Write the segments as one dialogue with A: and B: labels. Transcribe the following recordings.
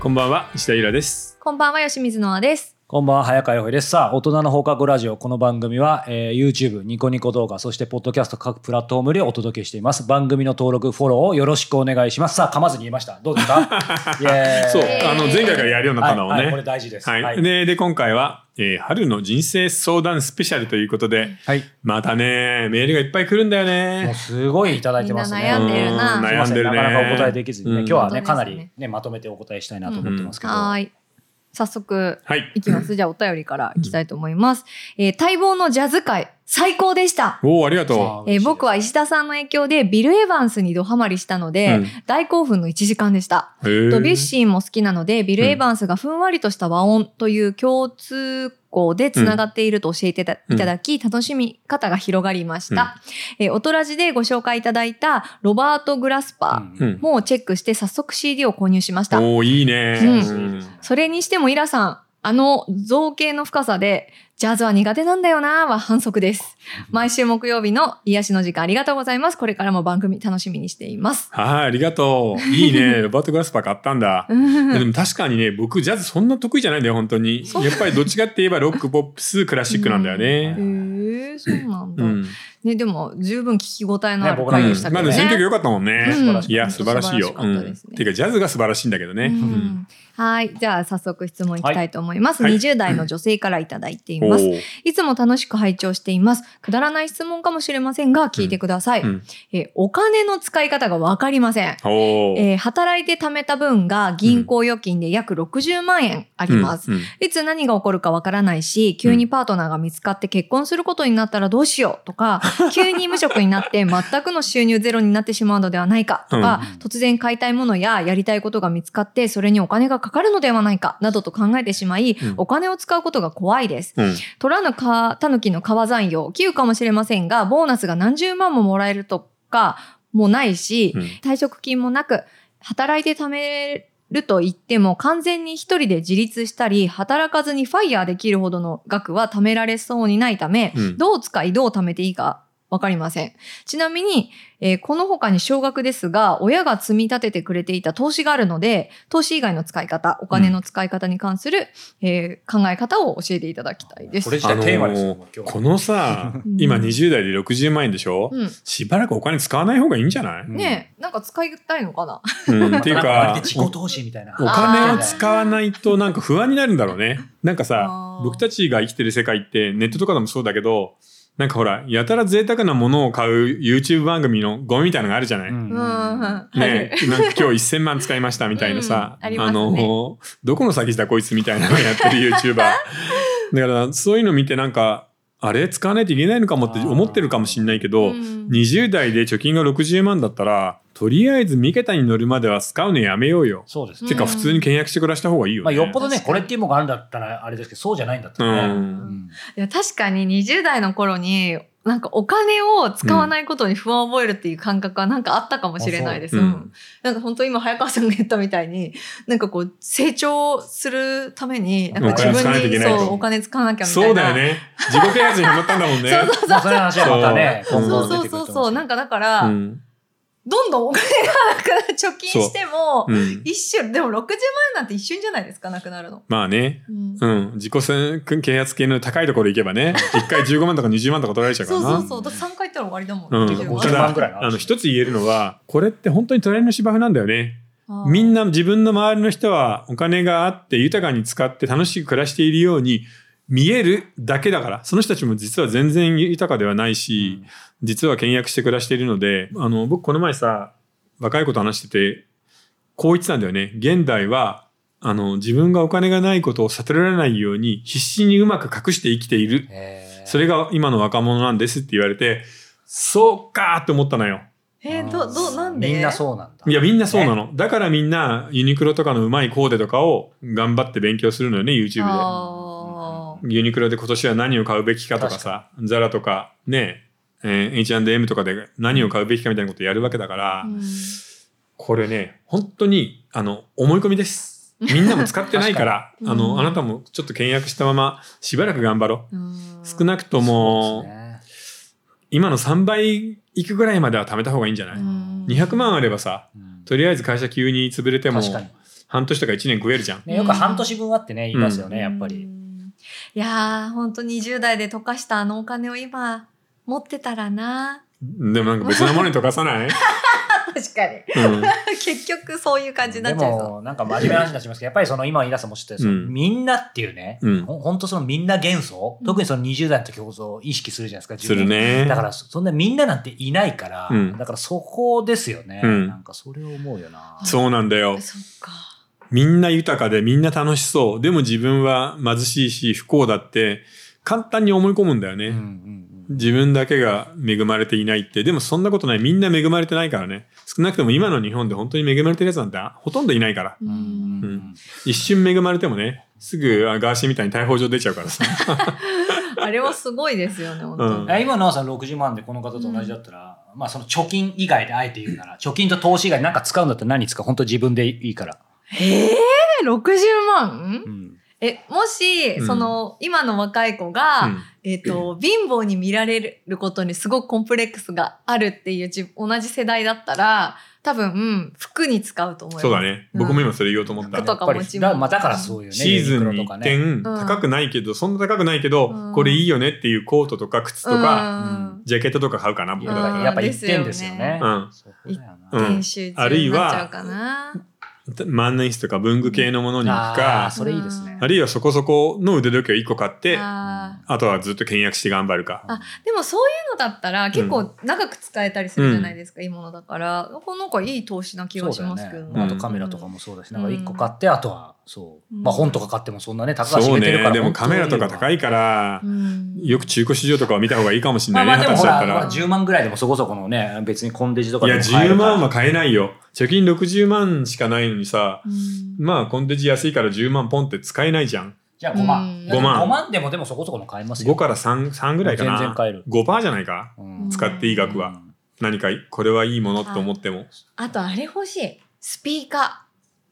A: こんばんは、石田ゆらです。
B: こんばんは、吉水のあです。
C: こんばんは、早川洋平です。さあ、大人の放課後ラジオ。この番組は、えー YouTube、ニコニコ動画、そして、ポッドキャスト各プラットフォームでお届けしています。番組の登録、フォローをよろしくお願いします。さあ、噛まずに言いました。どうですかイエーイ
A: そう、
B: ー
A: あの前回からやるような
C: は
A: カ
C: い
A: ナを
C: はい
A: ね。
C: これ大事です。
A: はい、
C: はい。
A: でで今回は、えー春の人生相談スペシャルということで
C: はい
A: またねメールがいっぱい来るんだよ
C: もう
A: ね
C: すごいいただいてますね。
B: みんな悩んでるな
A: う
C: うんん
A: 悩んでるね
C: すいませなかなかお答えできずにね、
A: うん
C: 今日
B: 本
C: は
B: 当です
C: ね、
B: ね
C: かなりね、まとめてお答えしたいなと思ってますけど。
B: はーい。早速、
A: はい
B: いき ます。じゃあ、お便りからいきたいと思います。えー待望のジャズ界、最高でした。
A: おおありがと
B: えー僕は石田さんの影響でビル・エヴァンスにドハマりしたので、
A: うん
B: 大興奮の1時間でした。
A: うへー
B: ドビュッシーも好きなので、ビル・エヴァンスがふんわりとした和音という共通項でつながっていると教えてた
A: うん
B: いただき、楽しみ方が広がりました。えー、オトラジでご紹介いただいたロバート・グラスパー。
C: う
A: うんん
B: もうチェックして早速 CD を購入しました。
A: おおいいね、
B: うん
A: うん
B: それにしてもイラさん、あの造形の深さで、ジャズは苦手なんだよなぁは反則です。毎週木曜日の癒しの時間ありがとうございます。これからも番組楽しみにしています。
A: はいありがとういいねロバート・グラスパー買ったんだ
B: うん
A: でも確かにね僕ジャズそんな得意じゃないんだよ本当に
B: そう
A: やっぱりどっちかって言えばロックポップスクラシックなんだよ
B: へ
A: ね、
B: ー、そうなん
A: う
B: だ。
A: ん
B: ね、でも十分聞き応えのあ
C: ね
B: る
C: 僕ら
B: 回
C: も
B: でしたけ
A: ま
B: ど
A: あ
B: ね。
A: でも選曲良かったもんね、
B: うん
A: いや素晴らしいよ
B: 素晴らしかったですね
A: うん、ていうかジャズが素晴らしいんだけどね、
B: う
A: うん
B: んはい。じゃあ早速質問いきたいと思います。
A: はい
B: 20代の女性からいただいてい
A: お
B: ます。
A: ー
B: いつも楽しく拝聴しています。くだらない質問かもしれませんが、聞いてください。
A: うんうん
B: えお金の使い方がわかりません。
A: おー
B: えー働いて貯めた分が銀行預金で約60万円あります。
A: うんうん
B: いつ何が起こるかわからないし、急にパートナーが見つかって結婚することになったらどうしようと か、急に無職になって全くの収入ゼロになってしまうのではないかとか、
C: うん
B: 突然買いたいものややりたいことが見つかって、それにお金がかかるのではないかなどと考えてしまい、
A: うん
B: お金を使うことが怖いです。
A: うん
B: 取らぬか、たぬきの川山用、寄付かもしれませんが、ボーナスが何十万ももらえるとかもないし、
A: うん
B: 退職金もなく、働いて貯めると言っても、完全に一人で自立したり、働かずにファイヤーできるほどの額は貯められそうにないため、
A: うん
B: どう使い、どう貯めていいかわかりません。ちなみに、えーこの他に少額ですが、親が積み立ててくれていた投資があるので、投資以外の使い方、お金の使い方に関する、えー考え方を教えていただきたいです
C: これ。自体テーマですよ、
A: あのー
C: 今日
A: このさ
B: うん
A: 今20代で60万円でしょ、
B: うん
A: しばらくお金使わない方がいいんじゃない、
C: うん
B: ねえ、なんか使いたいのかな
A: うんっていう
C: まあ
A: か
C: 割と自己投資みたいな。
A: お金を使わないとなんか不安になるんだろうねなんかさ
B: あー
A: 僕たちが生きてる世界ってネットとかでもそうだけどなんかほらやたら贅沢なものを買う YouTube 番組のゴミみたいなのがあるじゃない、
C: うん
B: うん、 は
A: ね
B: い。、
A: なんか今日1000万使いましたみたいなさ、
B: うんあります
A: あ
B: ね
A: のどこの詐欺師だこいつみたいなのやってる YouTuber だ からそういうの見てなんかあれ使わないといけないのかもって思ってるかもしんないけど、
B: うん
A: 20代で貯金が60万だったらとりあえず三桁に乗るまでは使うのやめようよ、
C: そうです
B: うん
A: てか普通に倹約して暮らした方がいいよ
C: まあ、
A: ね、
C: よっぽど
B: 確
C: ね、
B: か
C: こ
B: に
C: れっていうものがあるんだったら、あれですけど、そうじゃないんだったらね。
A: う
C: うんん
B: いや確かに20代の頃になんかお金を使わないことに不安を覚えるっていう感覚はなんかあったかもしれないです。
A: う
B: うんんなんか本当今早川さんが言ったみたいになんかこう成長するためになんか自
C: お金使わない
B: 分
C: と
A: いけ
B: に
A: ないと
B: そうお金使わなきゃみたいな。
A: そうだよね自己啓発にハマったんだもんね
B: そう
C: まあ、それの話はまたね、
A: そう
C: 今
B: そう
C: 後出
B: そ
C: て
B: う
C: く
B: そ
C: る
B: う
C: と
B: そ
C: 思
B: う
C: う
B: なんんかだから、
A: うん
B: どんどんお金がなくなる貯金しても
A: うん
B: 一瞬でも60万円なんて一瞬じゃないですかなくなるの。
A: まあね
B: うん
A: うん、自己せ啓発系の高いところ行けば ね、一回15万とか20万とか取られちゃうか
B: そ
A: ら
B: う
A: な。
B: そうそうだ3回行ったら終わりだも
A: う
B: ん。
A: ん
B: 60万
A: た
C: 50
A: だ
C: 万ぐらいの
A: あの一つ言えるのはこれって本当に隣の芝生なんだよね
B: あー
A: みんな自分の周りの人はお金があって豊かに使って楽しく暮らしているように見えるだけだからその人たちも実は全然豊かではないし、実は倹約して暮らしているのであの僕この前さ若い子と話しててこう言ってたんだよね現代はあの自分がお金がないことを悟られないように必死にうまく隠して生きている
C: へー
A: それが今の若者なんですって言われてそうかーって思ったのよ。
B: えー、どどなんで
C: みんなそうなんだ。
A: いやみんなそうなの、だからみんなユニクロとかのうまいコーデとかを頑張って勉強するのよね YouTube
B: あー
A: でユニクロで今年は何を買うべきかとかさザラとかねえー H&M とかで何を買うべきかみたいなことやるわけだから、
B: うん
A: これね本当にあの思い込みですみんなも使ってないから
B: 確か
A: あ
B: に
A: の、
B: うん
A: あなたもちょっと倹約したまましばらく頑張ろ
B: うん
A: う少なくと
C: そ
A: も
C: う、です
A: 今の3倍いくぐらいまでは貯めた方がいいんじゃない、
B: うん
A: 200万あればさ
C: ねうん
A: とりあえず会社急に潰れても
C: 確かに。
A: 半年とか1年食えるじゃん。
C: ね、よく半年分あってね、言いますよね、
B: うん
C: やっぱり。。
B: いやー、ほんと20代で溶かしたあのお金を今、持ってたらな。
A: でもなんか別なものに溶かさない、
B: 確かに。
A: うん、
B: 結局そういう感じにな
C: で
B: っちゃいそう。
C: も、なんか真面目な話になっちゃいますけど、やっぱりその今、イラさんもおっしゃったように、
A: うん
C: みんなっていうね、
A: うん
C: ほほんとそのみんな幻想、
B: うん
C: 特にその20代の時ほど意識するじゃないですか、自
A: す
C: 分
A: るね。
C: だから、そそんなみんななんていないから、
A: うん
C: だからそこですよね。
A: うん
C: なんかそれを思うよな。
A: そうなんだよ。
B: そっか。
A: みんな豊かでみんな楽しそう。でも自分は貧しいし不幸だって簡単に思い込むんだよね。
C: うんうんうん
A: 自分だけが恵まれていないって。でもそんなことない。みんな恵まれてないからね。少なくとも今の日本で本当に恵まれてるやつなんてほとんどいないから。
B: う
C: うん
B: ん
C: うん
A: うん一瞬恵まれてもね、すぐあガーシーみたいに逮捕状出ちゃうからさ。
B: あれはすごいですよね、本当
A: う
B: に
A: ん。
C: あ今のさん60万でこの方と同じだったら、まあその貯金以外であえて言うなら、貯金と投資以外で何か使うんだったら何使う本当自分でいいから。
B: ええー、60万
C: うん。
B: え、もし、
A: うん
B: その、今の若い子が、
A: うん
B: えっ、と、貧乏に見られることにすごくコンプレックスがあるっていうじ同じ世代だったら、多分、うん服に使うと思います。
A: そうだね。僕も今それ言おうと思っ
B: な
A: た
B: ん。とかも
C: やっぱ
B: ち
C: り
B: ろん
C: だまあだからそういうね。
A: シーズン
C: ユニ
A: に
C: クロとか
A: 1
C: ね。
A: 点高くないけど、そんな高くないけど、
B: うん
A: これいいよねっていうコートとか靴とか、
B: うん
A: ジャケットとか買うかな、僕だった
B: うん
A: ら。
C: やっぱ一点ですよね。
A: うん
C: そこだよな
A: うん
B: 編集中になっちゃうかな。
A: 万年筆とか文具系のものに行くか
C: あー、それいいですね
A: あ。るいはそこそこの腕時計を1個買って、あ
B: あー
A: とはずっと倹約して頑張るか。
B: あでもそういうのだったら結構長く使えたりするじゃないですか、いいものだからこの子いい投資な気がしますけど、
C: そ
A: だよ
C: うだよ
A: ね
C: ね、あとカメラとかもそうだし、なんか1個買ってあとはそう、
B: うん
C: まあ本とか買ってもそんなね高橋
A: そう
C: 売れてるか
A: ね。
C: ら
A: でもカメラとか高いから
B: う、ん
A: よく中古市場とかを見た方がいいかもしれ
C: ま
A: な
C: あ
A: い
C: ま
A: ね、
C: あで
A: 私
C: もほ
A: だ
C: ら、
A: った
C: ま
A: ら
C: あ、。10万ぐらいでもそこそこのね別にコンデジとか
A: い
C: で
A: や、
C: も買え
A: 10
C: るから
A: 万は買えないよ。貯金60万しかないのにさ、
B: うん
A: まあコンテージ安いから10万ポンって使えないじゃん。
C: じゃあ5万、
B: うん
A: 5万
C: 5万でもでもそこそこの買えますよ
A: 5から3、3ぐらいかな。
C: 全然買える
A: 5%じゃないか。
C: うん
A: 使っていい額は。何かこれはいいものと思っても。
B: あとあれ欲しいスピーカ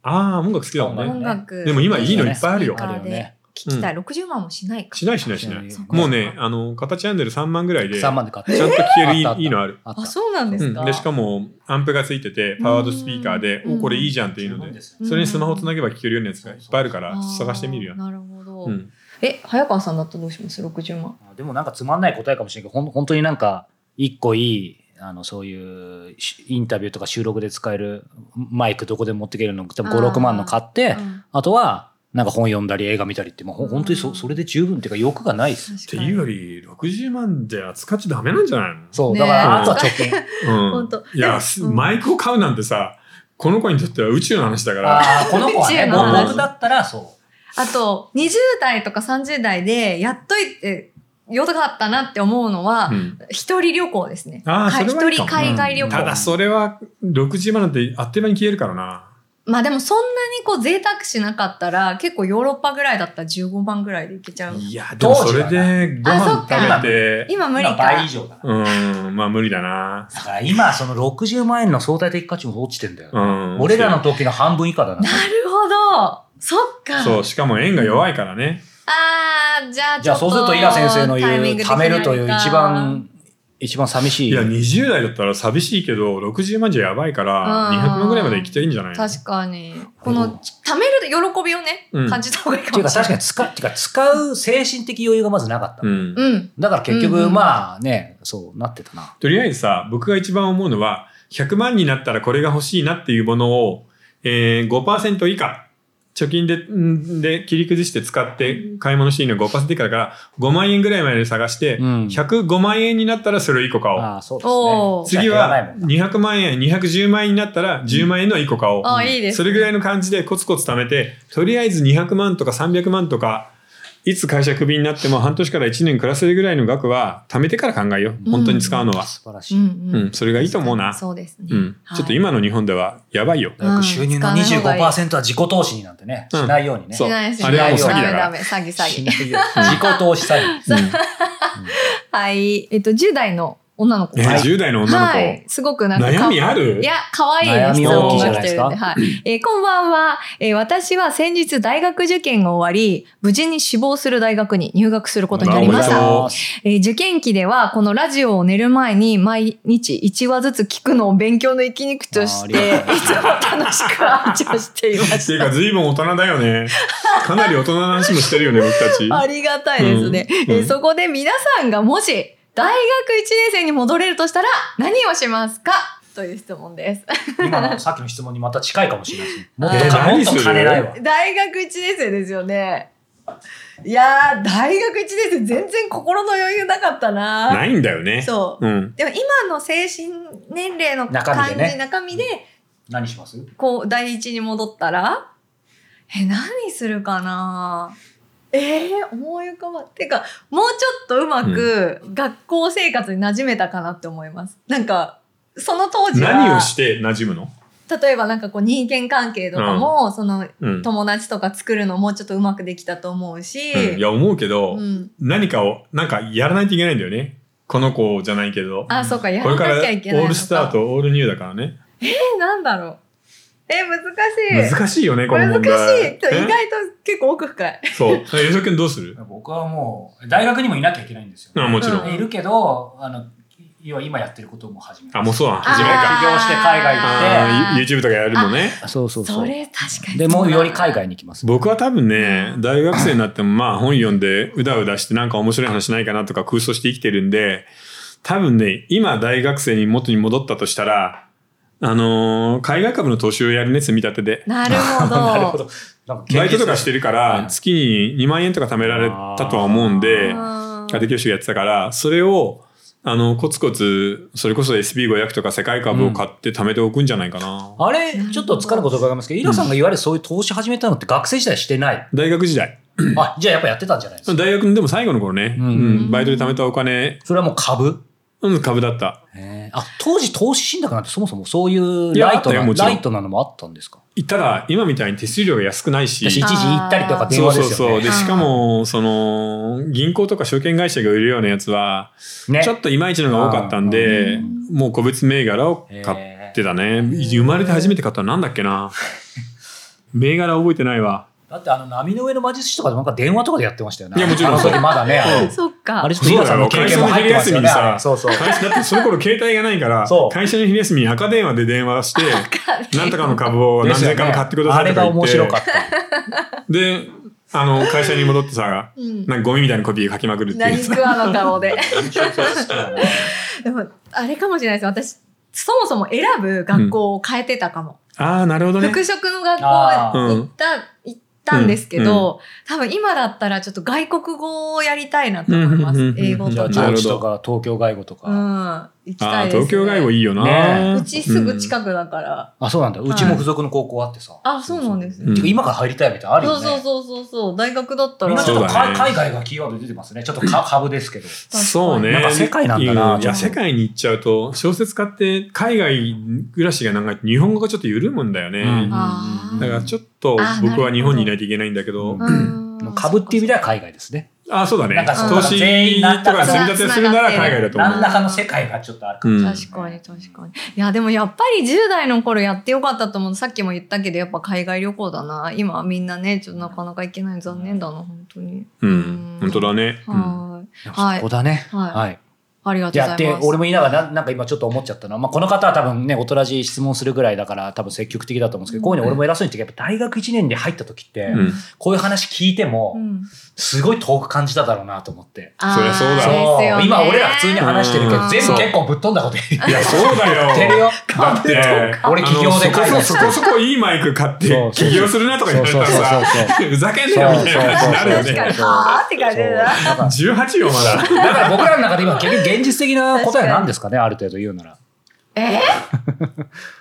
A: ああー、音楽好きだも
B: ー
A: ん
B: 音
A: ね。
B: 楽
A: でも今いいのいっぱいあるよ
B: スピーカーで聞きたい、60万もしないか
A: しないしないしない。
C: そうか
A: もうね、あの、片チャンネル3万ぐらいで、ちゃ
C: 3
A: ん
C: 万で買っ
A: と
C: て
A: 聴けるいい
C: あったあった
A: いいのある。
C: あった
B: あそうなんですか、
A: うんで、しかも、アンプがついてて、パワードスピーカーで、
B: うん
A: お、これいいじゃんっていうので、
B: うん
A: それにスマホつなげば聴けるようなやつがいっぱいあるから、
B: あー
A: 探してみるよ。
B: なるほど、
A: うん。
B: え早川さんだったらどうします60万
C: でもなんかつまんない答えかもしれないけどほん本当になんか1個いいあのそういうしインタビューとか収録で使えるマイクどこでも持っていけるの多分
B: あー
C: 56万の買って
B: う
C: あ,、
B: ん
C: とはなんか本読んだり映画見たりって、まあ、ほん本当に
B: うん
C: そそれで十分っていうか欲がないです
B: 確
A: って
B: かに
A: いうより、60万じゃ使っちゃダメなんじゃないの
C: そう
B: ね
C: だから
A: え
C: あとは貯金
A: うん
B: 本当
A: いや、
B: うん
A: マイクを買うなんてさ、この子にとっては宇宙の話だから、
C: ああこの子はね
B: 宇宙
A: の話
C: 僕だったらそ
B: あと、20代とか30代で、やっといて、よかったなって思うのは
A: う、ん
B: 一人旅行ですね。
A: あー
B: はい
A: それはいい
B: 一
A: か
B: 人
A: も
B: 海外旅
C: うん
A: た
B: 行。
A: だそれは60万なんてあっという間に消えるからな。
B: まあでもそんなにこう贅沢しなかったら、結構ヨーロッパぐらいだったら15万ぐらいでいけちゃう。
A: いや、でもそれでご
B: 当時はな
A: 飯
B: あ
A: 食べて、
B: 今
C: う
B: 無理
C: 今
B: か
C: 倍以。上だな
A: うん、まあ無理だな。
C: だから今その60万円の相対的価値も落ちてんだよ、
A: うん。
C: 俺らの時の半分以下 だな
B: なるほど。そっか。
A: そう、しかも円が弱いからね。
B: あー、じゃあ
C: じゃあそうするとイラ先生の言う貯めるという一。番一番寂しい
A: いや、20代だったら寂しいけど、60万じゃやばいから、
B: うん
A: 200万ぐらいまで生きていいんじゃないの
B: 確かに。こ
C: うん
B: の、貯める喜びをね
A: うん、
B: 感じた方がいい
C: って
B: か
C: いう
B: も
C: か
B: しれな
C: 確か
B: い。
C: に使っていうか使う精神的余裕がまずなかった、
A: うん。
B: うん。
C: だから結
B: うん
C: 局
B: うん
C: まあね、そうなってたな
A: とりあえずさ、僕が一番思うのは、100万になったらこれが欲しいなっていうものを、えー、5%以下、貯金で、んで切り崩して使って買い物していいのは5%以下だから、5万円ぐらいまで探して、
C: うん
A: 105万円になったらそれを1個買おう。
C: ああそうです
B: お
C: ね
B: ー
A: 次
C: じゃあや
A: は
C: らないもんな
A: 200万円、210万円になったら10万円の1個買おう。
B: あーいいですね
A: それぐらいの感じでコツコツ貯めて、とりあえず200万とか300万とか、いつ会社クビになっても半年から1年暮らせるぐらいの額は貯めてから考えよう。本当に使うのは。
C: 素晴らし
B: う
C: い、
B: ん
A: うん、それがいいと思うな。
B: そうですね。
A: うん、ちょっと今の日本ではやばいよ。
C: 早く収入の
B: うん使わない方が
C: 25%は自己投資になんてね、
A: うん
C: しないようにね
A: そう
B: しないしない
A: あれはもう詐欺だか
B: ダメ
A: ら
B: ダメ、詐欺詐
C: し
B: 欺。
C: ないように自己投資詐欺
A: うん
B: はい。えっと、10代の女の子
A: え
B: が。
A: 10代の女の子、
B: はい。すごくなんか。
A: 悩みある
B: いや、可愛いね
C: 悩
B: 質
C: み
B: 問
C: 大きいじゃ
B: が
C: な
B: 来て
C: いです
B: る
C: か
B: んで。はい。えーこんばんは、えー私は先日大学受験が終わり、無事に志望する大学に入学することになりまし
A: おめで
B: た
A: とう。
B: えー受験期では、このラジオを寝る前に毎日1話ずつ聞くのを勉強の息抜きとして、い
C: あーありがとう
B: つも楽しく拝聴していま
A: っていう
B: し
A: か随分大人だよ ねかなり大人の話もしてるよね僕たち
B: た。ありがたいですね。
A: うん
B: えー
A: うん
B: そこで皆さんがもし、大学1年生に戻れるとしたら、何をしますかという質問です。
C: 今のさっきの質問にまた近いかもしれないです。もっ
B: え
C: と
B: ー
C: か、もっ
A: 何
C: と
A: する
C: 金ないわ。
B: 大学1年生ですよね。いやー、大学1年生全然心の余裕なかったな。
A: ないんだよね
B: そう。
A: うん
B: でも今の精神年齢の
C: 中身
B: 感
C: で
B: じ、
C: ね
B: 中身で、
C: 何します
B: こう、第一に戻ったら、え、何するかなえー、思い浮かば、てか、もうちょっとうまく学校生活に馴染めたかなって思います。なんか、その当時は、
A: 何をして馴染むの、
B: 例えばなんかこう人間関係とかも、その
A: うん
B: 友達とか作るのもうちょっとうまくできたと思うし、
A: うんいや思うけど、
B: うん
A: 何かをなんかやらないといけないんだよねこの子じゃないけど
B: あ、そうか、や
A: こ
B: ら
A: れ
B: な
A: からオ
B: きゃいけないのか。
A: ールスター。とオールニューだからね
B: え、なんだろう。え、難しい。
A: 難しいよねこの問
B: 難
A: 題
B: しい。と
A: ね
B: 意外と結構奥深い。
A: そうそれ吉田君どうする
C: 僕はもう、大学にもいなきゃいけないんですよ。
A: あもちろん、
B: うん
C: いるけど、あの、要は今やってることも始め
A: あもうそうなん
C: あー
A: 始めるか
C: 起業して海外
A: あ
C: 行
A: ー
B: あー
A: YouTube とかやるのね
C: そうそう
B: それ確かに。
C: でもうより海外に行きます。
A: 僕は多分ね大学生になってもまあ本読んでうだうだしてなんか面白い話ないかなとか空想して生きてるんで多分ね今大学生に元に戻ったとしたらあのー海外株の投資をやるね積み立てで
B: なるほど。
C: なるほど。なんか
A: バイトとかしてるか
C: はい
A: ら月に2万円とか貯められたとは思うんで
B: あー
A: 家庭教師がやってたからそれをあのコツコツそれこそ SB500 とか世界株を買って貯めておくんじゃないかな、
C: あれ、ちょっと疲れること伺いますけど、イラさんがいわゆるそういう投資始めたのって学生時代し てない。
A: 大学時代
C: あ、じゃあやっぱやってたんじゃないですか。
A: 大学のでも最後の頃ね、
C: うん
A: うんバイトで貯めたお金、
C: それはもう株
A: うん、株だった
C: へーあ、当時投資信託なんてそもそもそういう
A: いや
C: ライト
A: あったよ
C: な、
A: もちろん
C: ライトなのもあったんですか
A: ただ今みたいに手数料が安くないし
C: 私一時行ったりとか電
A: そうそ
C: 話で
A: う
C: すよ
A: そう
C: ね。
A: でしかもその銀行とか証券会社が売るようなやつは
C: ね
A: ちょっといまいちのが多かったんでもう個別銘柄を買
C: へ
A: っ
C: ー
A: てたね生まれて初めて買ったのなんだっけ な銘柄覚えてないわ
C: だってあの波の上の魔術師とかでなんか電話とかでやってましたよね。
A: いやもちろん
C: あの時まだね。あの
B: そっか。
C: あれちょっとイラさんの経験も入ってますよね。
A: そうだよ
C: あれそうそう。
A: 会社だってその頃携帯がないから
C: そう
A: 会社の昼休みに赤電話で電話 して なんとかの株を何千株買ってください
C: あれ
A: とか
C: が
A: 言
C: 面
A: って
C: 白かった。
A: であの会社に戻ってさ
B: うん
A: なんかゴミみたいなコピー書きまくるっていう
B: 何食わの顔で。
C: 好 きだね
B: でも、あれかもしれないです。私、そもそも選ぶ学校を変えてたかも。
A: ああなるほどね
B: 服飾の学校
C: あ
A: ー
B: 行った、行ったんですけど、多分今だったらちょっと外国語をやりたいなと思いま
A: うんうん
B: す
A: う。んうん
B: 英語
C: じゃあ、
B: と
A: な
B: か。
A: るほ
C: 上智と
A: ど
C: か東京外語と
B: うん。
C: か。
B: 行き
A: あ
B: た
A: あー
B: いです、ね。
A: 東京外語いいよな、
C: ね
B: うちすぐ近くだから。
C: あ、そうなんだ。うちも付属の高校あってさ。
B: あそうなんです
A: ね
C: てか今から入りたいみたいなのある
B: そ
C: よ
B: う
C: ね。
B: そうそうそうそう。大学だった
C: みんな
B: ら
C: ち。ょっと
A: そうだ
C: 海
A: ね
C: 海外がキーワード出てますね。ちょっとか株ですけど。
A: うんそうね
C: なんか世界なんだな
A: うんいや世界に行っちゃうと小説家って海外暮らしが長いと日本語がちょっと緩むんだよね、
C: うん
B: あー
A: だからちょっと
B: あー
A: 僕は日本にい
B: な
A: な
B: る
A: いといけないんだけど、
C: うん
B: うん
C: 株っていう意味では海外ですね。
A: ああそうだ
C: なん
A: ね
C: か
B: そう
A: 投資とか積み立てするなら海外だと思
C: 何
A: う
C: らかの世界がちょっとあるかも
A: うん
B: 確かに確かに。いや、でもやっぱり10代の頃やってよかったと思う。さっきも言ったけど、やっぱ海外旅行だな。今はみんなね、ちょっとなかなか行けない。残念だな、本当に。
A: うん本当だね、うん
B: はーい。
C: そこだね。
B: はい
C: はい。
B: ありがとうご
C: や
B: ざ
C: っ
B: い
C: て
B: ます。
C: 俺も言いながらななんか今ちょっと思っちゃったのは、まあ、この方は多分ねおとらじ質問するぐらいだから多分積極的だと思うんですけど、こういうの俺も偉そうに言ってやっぱ大学1年で入った時って、
A: うん
C: こういう話聞いても、
B: うん
C: すごい遠く感じただろうなと思って。
B: あー
A: そりゃそうだ
B: ですよね
C: 今俺ら普通に話してるけ
B: う
C: ど
B: ん
C: 全部結構ぶっ飛んだこと言
A: いや そうだよ
C: ってるよ。
A: だって
C: 俺起業で
A: あ
C: 海
A: の
C: 外
A: そこそこそこそこいいマイク買って起業するなとか言われたら
C: そうそう
A: さふざけんなよみたいな話になるよ
B: 確か
A: ね
B: に。はーって感じだな。
C: そうなんか
A: 18よまだ
C: だから僕らの中で今結局現実的な答えは何ですかねある程度言うなら。
B: えー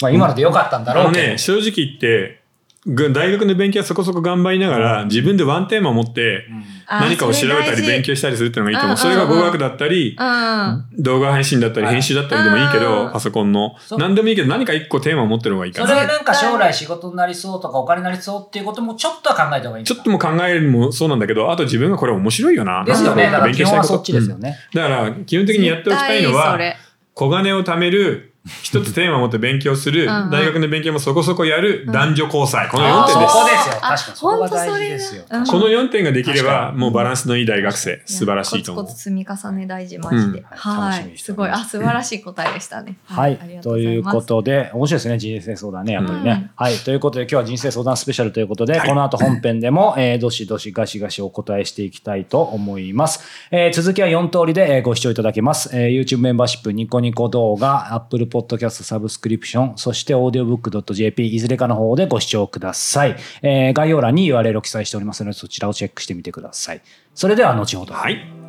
C: まあ今のでよかったんだ
A: あ
C: ろ
A: の
C: うけど。
A: ね正直言ってぐ大学の勉強はそこそこ頑張りながら、
C: うん
A: 自分でワンテーマ持って、
B: あー
A: 何かを調べたり勉強したりするっていうのがいいと思う。
B: うん
A: それが語学だったり、
B: うん。
A: 動画配信だったり、
C: はい
A: 編集だったりでもいいけ
B: う
A: ど
B: ん、
A: パソコンの
C: そう。
A: 何でもいいけど、何か一個テーマを持ってる方がいいか
C: それ
A: な。
C: はなんか将来仕事になりそうとかお金になりそうっていうこともちょっとは考えた方がいいん
A: ち
C: です
A: ょっ
C: か
A: とも考えるのもそうなんだけど、あと自分がこれ面白いよな。
C: ですよね。だ
A: なん
C: か
A: ろう
C: ら
A: 勉強
C: 基
A: したい
C: 本は
A: こと。
C: そっちですよ
A: うん
C: ね。
A: だから、基本的にやっておきたいのは、
B: 絶
A: 小金を貯める、一つテーマを持って勉強する、
B: うんうん
A: 大学の勉強もそこそこやる、
B: うん
A: 男女交際。この
C: あ
A: 4
C: ー
A: 点
C: そ
A: です。
C: こですよ確
B: あ
C: かにそこが大事ですよ
B: 本当それうん
A: この4点ができれ
C: 確か
A: ば、
C: に
A: もうバランスのいい大学生、素晴らしいと思う
B: コツコ。ツ積み重ね大事マジで。
A: うん
C: はい
B: は
C: 楽しみ
B: い。
C: にし
B: す
C: ており
B: ごい。
C: ます
B: あ、素晴らしい答えでしたね。
C: はい
B: あり。が
C: と
B: ござ
C: いう
B: ます
C: ことで、面白いですね、人生相談ね、やっぱりね。はい。ということで、今日は人生相談スペシャルということで、
A: はい
C: この後本編でも、えーどしどしガシガシお答えしていきたいと思います。えー続きは4通りで、えーご視聴いただけます。えー YouTube メンバーシップ、ニコニコ動画、Apple Podcast サブスクリプション、そして audiobook.jp、いずれかの方でご視聴ください。えー概要欄に URL を記載しておりますので、そちらをチェックしてみてください。それでは、後ほど。
A: はい。